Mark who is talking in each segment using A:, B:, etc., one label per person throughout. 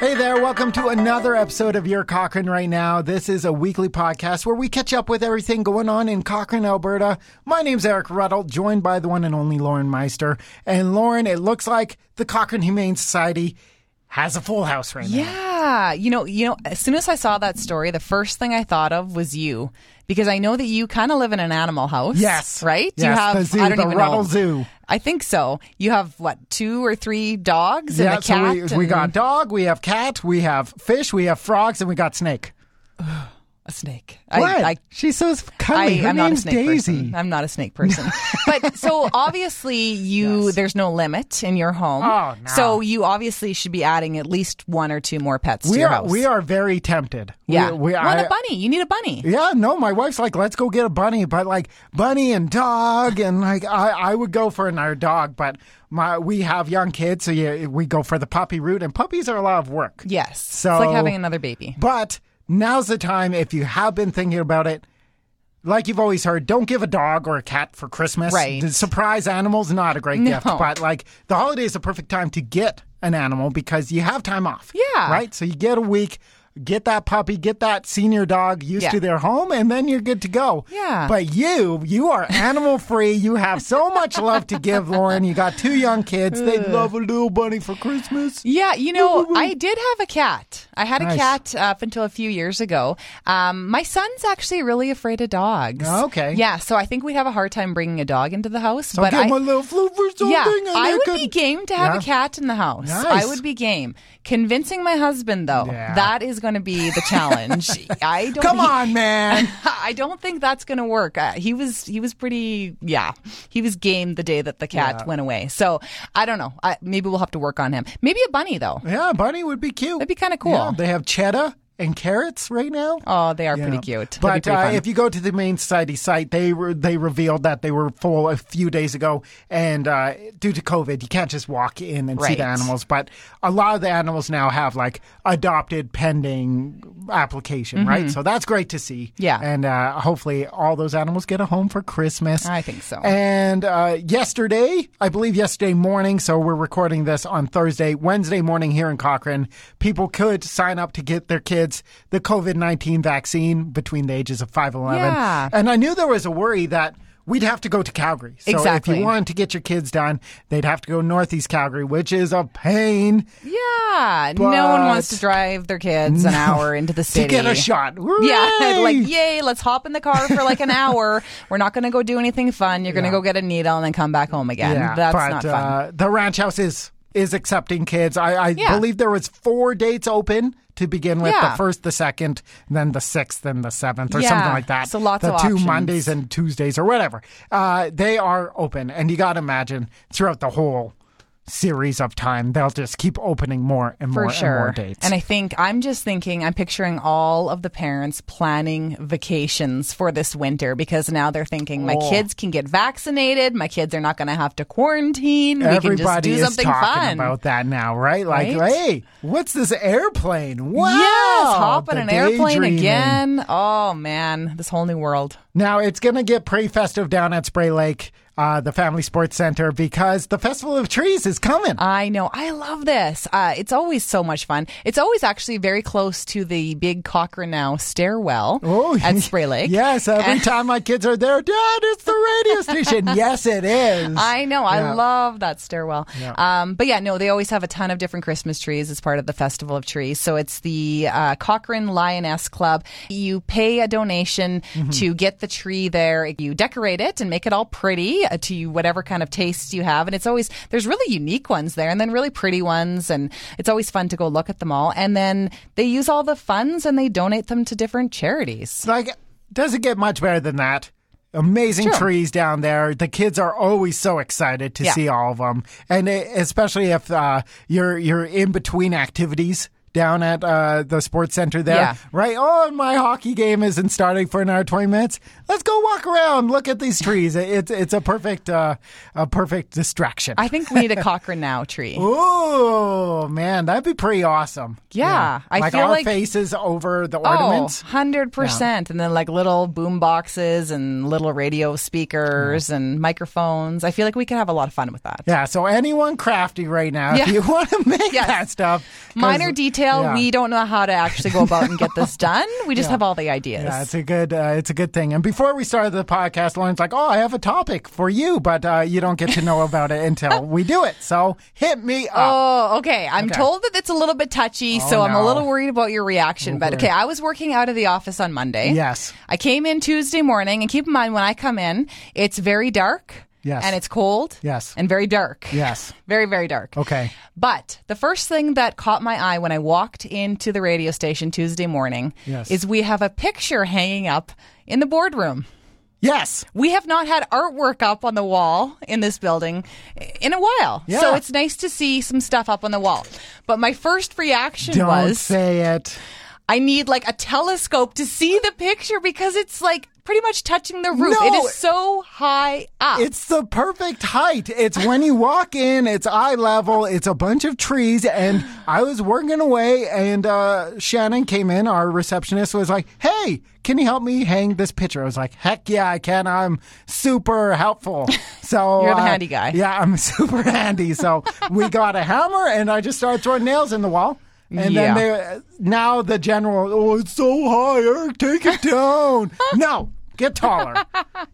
A: welcome to another episode of Your Cochrane Right Now. This is a weekly podcast where we catch up with everything going on in Cochrane, Alberta. My name's Eric Ruddle, joined by the one and only Lauren Meister. And Lauren, it looks like the Cochrane Humane Society has a full house right now.
B: Yeah, you know, you know, as soon as I saw that story, the first thing I thought of was you because I know that you kind of live in an animal house.
A: Yes.
B: right. you
A: Yes,
B: have
A: the zoo,
B: I don't
A: the
B: even
A: Ruddle
B: know.
A: Zoo.
B: I think so. You have what two or three dogs and a
A: so
B: cat.
A: we, we
B: and
A: got dog, we have cat, we have fish, we have frogs, and we got snake.
B: a snake.
A: what?
B: I, I
A: She's so
B: I,
A: cuddly. Her
B: am not a
A: name's
B: snake
A: Daisy.
B: person. I'm not a snake person. but so obviously you there's no limit in your home.
A: Oh, no.
B: So you obviously should be adding at least one or two more pets to
A: We
B: your
A: are
B: house.
A: we are very tempted.
B: yeah.
A: we, we
B: Want
A: I-
B: a bunny? You need a bunny.
A: Yeah, no, my wife's like, let's go get a bunny, but like bunny and dog, and like I, I would go for another dog, but my we have young kids, so yeah, we go for the puppy route, and puppies are a lot of work.
B: Yes.
A: So-
B: it's like having another baby.
A: But now's the time if you have been thinking about it. Like you've always heard, don't give a dog or a cat for Christmas.
B: Right.
A: The surprise animal's not a great
B: No.
A: gift, but like the holiday is a perfect time to get an animal because you have time off.
B: Yeah.
A: Right? So you get a week, get that puppy, get that senior dog used
B: Yeah.
A: to their home, and then you're good to go.
B: Yeah.
A: But you, you are animal free. You have so much love to give, Lauren. You got two young kids. They love a little bunny for Christmas.
B: Yeah, you know, I did have a cat. I had a
A: Nice.
B: cat up until a few years ago. Um, my son's actually really afraid of dogs.
A: Oh, okay.
B: Yeah, so I think we'd have a hard time bringing a dog into the house.
A: So
B: but
A: give
B: I,
A: them a little flute for something.
B: yeah,
A: and
B: I
A: they
B: would
A: could-
B: be game to have
A: Yeah.
B: a cat in the house.
A: Nice.
B: I would be game. Convincing my husband, though,
A: Yeah.
B: that is going to be the challenge. I don't.
A: Come
B: he-
A: on, man.
B: I don't think that's going to work. Uh, he was he was pretty yeah. He was game the day that the cat went away. So I don't know. I, maybe we'll have to work on him. Maybe a bunny though.
A: Yeah, bunny would be cute.
B: That'd be kinda cool.
A: Yeah, they have cheddar and carrots right now.
B: Oh, they are
A: Yeah.
B: pretty cute. That'd be
A: But
B: pretty
A: uh,
B: fun.
A: if you go to the main society site, they were they revealed that they were full a few days ago, and uh, due to COVID, you can't just walk in and see
B: Right.
A: the animals. But a lot of the animals now have like adopted pending application, right? So that's great to see.
B: Mm-hmm. Yeah.
A: and uh, hopefully all those animals get a home for Christmas.
B: I think so.
A: And uh, yesterday, I believe yesterday morning, so we're recording this on Thursday, Wednesday morning here in Cochrane, people could sign up to get their kids the COVID 19 vaccine between the ages of 5 and 11.
B: Yeah.
A: And I knew there was a worry that. We'd have to go to Calgary. So if
B: Exactly.
A: you wanted to get your kids done, they'd have to go northeast Calgary, which is a pain
B: yeah, no one wants
A: but-
B: to drive their kids an hour into the
A: to
B: city
A: get a shot.
B: Yeah,
A: Hooray!
B: like yay, let's hop in the car for like an hour. We're not going to go do anything fun. You're going to
A: Yeah.
B: go get a needle and then come back home again.
A: Yeah,
B: That's
A: but,
B: not fun.
A: Uh, the ranch house is is accepting kids. I, I
B: Yeah.
A: believe there was four dates open to begin with:
B: Yeah.
A: the first, the second, then the sixth, and the seventh, or
B: Yeah,
A: something like that.
B: so lots
A: the
B: of
A: two
B: options.
A: Mondays and Tuesdays, or whatever. Uh, they are open, and you got to imagine throughout the whole series of time, they'll just keep opening more and more
B: for sure.
A: and more dates.
B: I think I'm just thinking, I'm picturing all of the parents planning vacations for this winter because now they're thinking
A: Oh.
B: my kids can get vaccinated, my kids are not going to have to quarantine, we can just
A: Everybody
B: do
A: is
B: something
A: talking
B: fun.
A: about that now, right? Like,
B: Right?
A: hey, what's this airplane? Wow!
B: yes, hop on
A: the
B: an airplane
A: daydreaming.
B: again. Oh man, this whole new world.
A: Now it's going to get pretty festive down at Spray Lake, uh, the Family Sports Center, because the Festival of Trees is coming.
B: I know. I love this. Uh, it's always so much fun. It's always actually very close to the big Cochrane now stairwell
A: Oh,
B: at Spray Lake.
A: yes, every time my kids are there, Dad, it's the radio station. yes, it is.
B: I know.
A: Yeah.
B: I love that stairwell. Um, but yeah, no, they always have a ton of different Christmas trees as part of the Festival of Trees. So it's the uh, Cochrane Lioness Club. You pay a donation to get the tree there. You decorate it and make it all pretty uh, to whatever kind of taste you have. And it's always, there's really unique ones there and then really pretty ones. And it's always fun to go look at them all. And then they use all the funds and they donate them to different charities.
A: Like, doesn't get much better than that. Amazing
B: Sure.
A: trees down there. The kids are always so excited to
B: Yeah.
A: see all of them, and it, especially if uh, you're you're in between activities down at uh, the sports center there,
B: Yeah.
A: right? Oh, and my hockey game isn't starting for another twenty minutes. Let's go walk around, look at these trees. It- it's it's a perfect uh, a perfect distraction.
B: I think we need a Cochrane Now tree.
A: Oh man, that'd be pretty awesome.
B: Yeah, I
A: like
B: feel
A: our
B: like-
A: faces over the ornaments.
B: Oh, 100%. And then like little boom boxes and little radio speakers and microphones. I feel like we could have a lot of fun with that.
A: Yeah, so anyone crafty right now,
B: Yeah.
A: if you want to make
B: Yes.
A: that stuff, 'cause
B: Minor detail.
A: Yeah.
B: We don't know how to actually go about and get this done. We just have all the ideas.
A: Yeah, it's a good, uh, it's a good thing. And before we started the podcast, Lauren's like, "Oh, I have a topic for you, but uh, you don't get to know about it until we do it." So hit me up.
B: Oh, okay. I'm told that it's a little bit touchy, so I'm
A: Oh, no.
B: a little worried about your reaction. But okay, I was working out of the office on Monday.
A: Yes.
B: I came in Tuesday morning, and keep in mind when I come in, it's very dark.
A: Yes.
B: And it's cold.
A: Yes.
B: And very dark.
A: Yes.
B: Very, very dark.
A: Okay.
B: But the first thing that caught my eye when I walked into the radio station Tuesday morning
A: Yes.
B: is we have a picture hanging up in the boardroom.
A: Yes.
B: We have not had artwork up on the wall in this building in a while.
A: Yeah.
B: So it's nice to see some stuff up on the wall. But my first reaction
A: Don't
B: was
A: say it.
B: I need like a telescope to see the picture because it's like pretty much touching the roof.
A: No.
B: It is so high up.
A: It's the perfect height. It's when you walk in, it's eye level, it's a bunch of trees. And I was working away, and uh, Shannon came in, our receptionist was like, Hey, can you help me hang this picture? I was like, Heck yeah, I can. I'm super helpful. So
B: You're the
A: uh,
B: handy guy.
A: Yeah, I'm super handy. So we got a hammer, and I just started throwing nails in the wall. And then
B: Yeah.
A: they, now the general, oh, it's so high, Eric, take it down. no, get taller.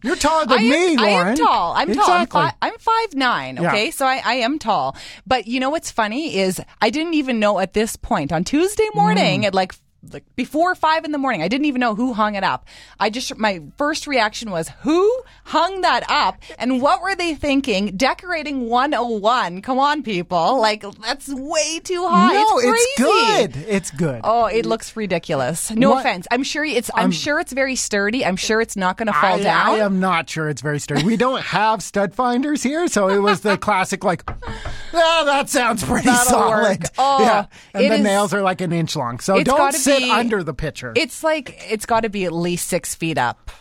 A: You're taller than
B: I
A: me,
B: am, I
A: Lauren.
B: am tall. I'm
A: exactly.
B: tall. I'm, fi- I'm five nine.
A: Yeah.
B: Okay, so I, I am tall. But you know what's funny is I didn't even know at this point on Tuesday
A: Mm.
B: morning at like like before five in the morning, I didn't even know who hung it up. I just my first reaction was who hung that up and what were they thinking? Decorating 101. Come on, people! Like that's way too high.
A: No,
B: uh, it's,
A: it's,
B: crazy.
A: good. It's good.
B: Oh, it looks ridiculous. No
A: What- Um,
B: offense. I'm sure it's. I'm, sure it's very sturdy. I'm sure it's not going to fall
A: I,
B: down.
A: I am not sure it's very sturdy. We don't have stud finders here, so it was the classic like, ah, that sounds pretty
B: That'll
A: solid.
B: work. Oh,
A: yeah, and
B: it
A: the
B: is-
A: nails are like an inch long, so
B: It's
A: don't
B: gotta
A: sit
B: be-
A: under the picture.
B: It's like it's got to be at least six feet up,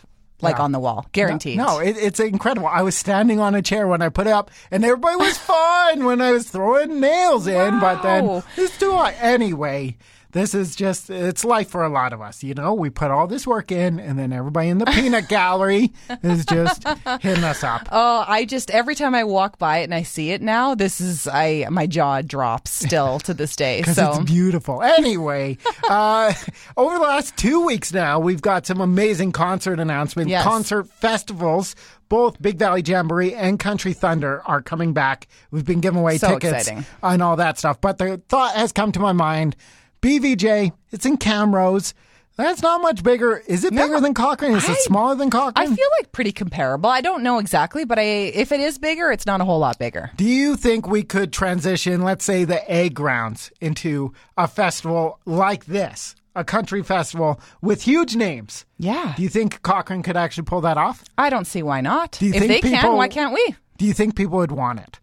B: like on the wall, guaranteed.
A: No, it, it's incredible. I was standing on a chair when I put it up, and everybody was fine when I was throwing nails in, but then
B: Wow.
A: it's too high. Anyway, this is just, it's life for a lot of us. You know, we put all this work in, and then everybody in the peanut gallery is just hitting us up.
B: Oh, I just every time I walk by it and I see it now, this is I my jaw drops still to this day.
A: 'Cause
B: So
A: it's beautiful. Anyway, uh, over the last two weeks now, we've got some amazing concert announcements,
B: Yes.
A: concert festivals. Both Big Valley Jamboree and Country Thunder are coming back. We've been giving away
B: So
A: tickets
B: exciting.
A: and all that stuff. But the thought has come to my mind BVJ, it's in Camrose. That's not much bigger. Is it bigger than Cochrane? Is it
B: I-
A: smaller than
B: I
A: Cochrane?
B: feel like pretty comparable. I don't know exactly, but I if it is bigger, it's not a whole lot bigger.
A: Do you think we could transition, let's say, the egg grounds into a festival like this, a country festival with huge names?
B: Yeah.
A: Do you think Cochrane could actually pull that off?
B: I don't see why not.
A: you
B: if
A: think
B: they
A: people-
B: can, why can't we?
A: Do you think people would want it?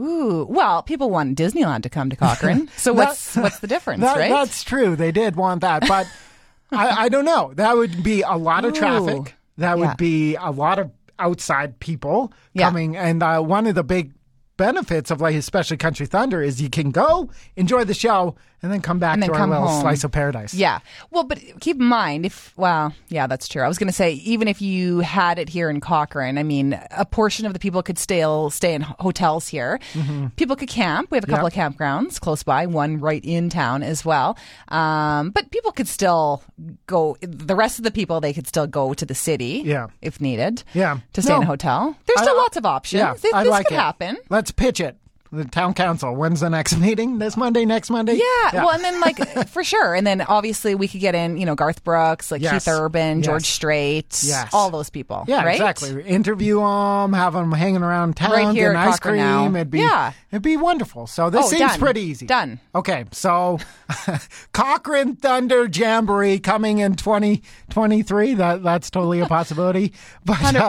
B: Ooh, well, people want Disneyland to come to Cochrane, so what's
A: That-
B: what's the difference,
A: That-
B: right?
A: That's true. They did want that, but I, I don't know. That would be a lot of
B: Ooh.
A: traffic. That would
B: Yeah.
A: be a lot of outside people
B: Yeah.
A: coming. And uh, one of the big benefits of like especially Country Thunder is you can go enjoy the show and then come back
B: then
A: to our
B: come
A: little
B: home.
A: slice of paradise.
B: Yeah. Well, but keep in mind if well, yeah, that's true. I was going to say even if you had it here in Cochrane, I mean, a portion of the people could still stay in h- hotels here.
A: Mm-hmm.
B: People could camp. We have a couple of campgrounds close by, one right in town as well. Um, but people could still go. The rest of the people they could still go to the city,
A: Yeah.
B: if needed,
A: Yeah.
B: to stay in
A: No.
B: a hotel. There's still
A: I-
B: lots of options.
A: Yeah,
B: this
A: I
B: this
A: like
B: could
A: it.
B: happen.
A: Let's pitch it. The town council. When's the next meeting? This Monday, next Monday?
B: Yeah, well, and then like for sure, and then obviously we could get in, you know, Garth Brooks, like
A: Yes.
B: Keith Urban,
A: Yes.
B: George Strait,
A: Yes.
B: all those people.
A: Yeah,
B: right?
A: exactly. Interview them, have them hanging around town,
B: Right here
A: getting
B: at
A: ice
B: Cochrane now.
A: cream. It'd be
B: Yeah.
A: it'd be wonderful. So this
B: Oh,
A: seems
B: done.
A: pretty easy.
B: Done.
A: Okay, so Cochrane Thunder Jamboree coming in twenty twenty three. That that's totally a possibility. But, uh,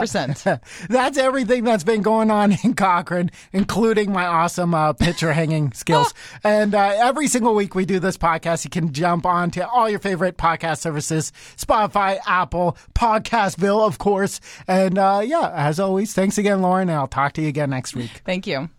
B: 100%.
A: that's everything that's been going on in Cochrane, including my awesome uh, picture hanging skills. And uh, every single week we do this podcast. You can jump on to all your favorite podcast services Spotify, Apple, Podcastville, of course. And uh, yeah, as always, thanks again, Lauren. And I'll talk to you again next week.
B: Thank you.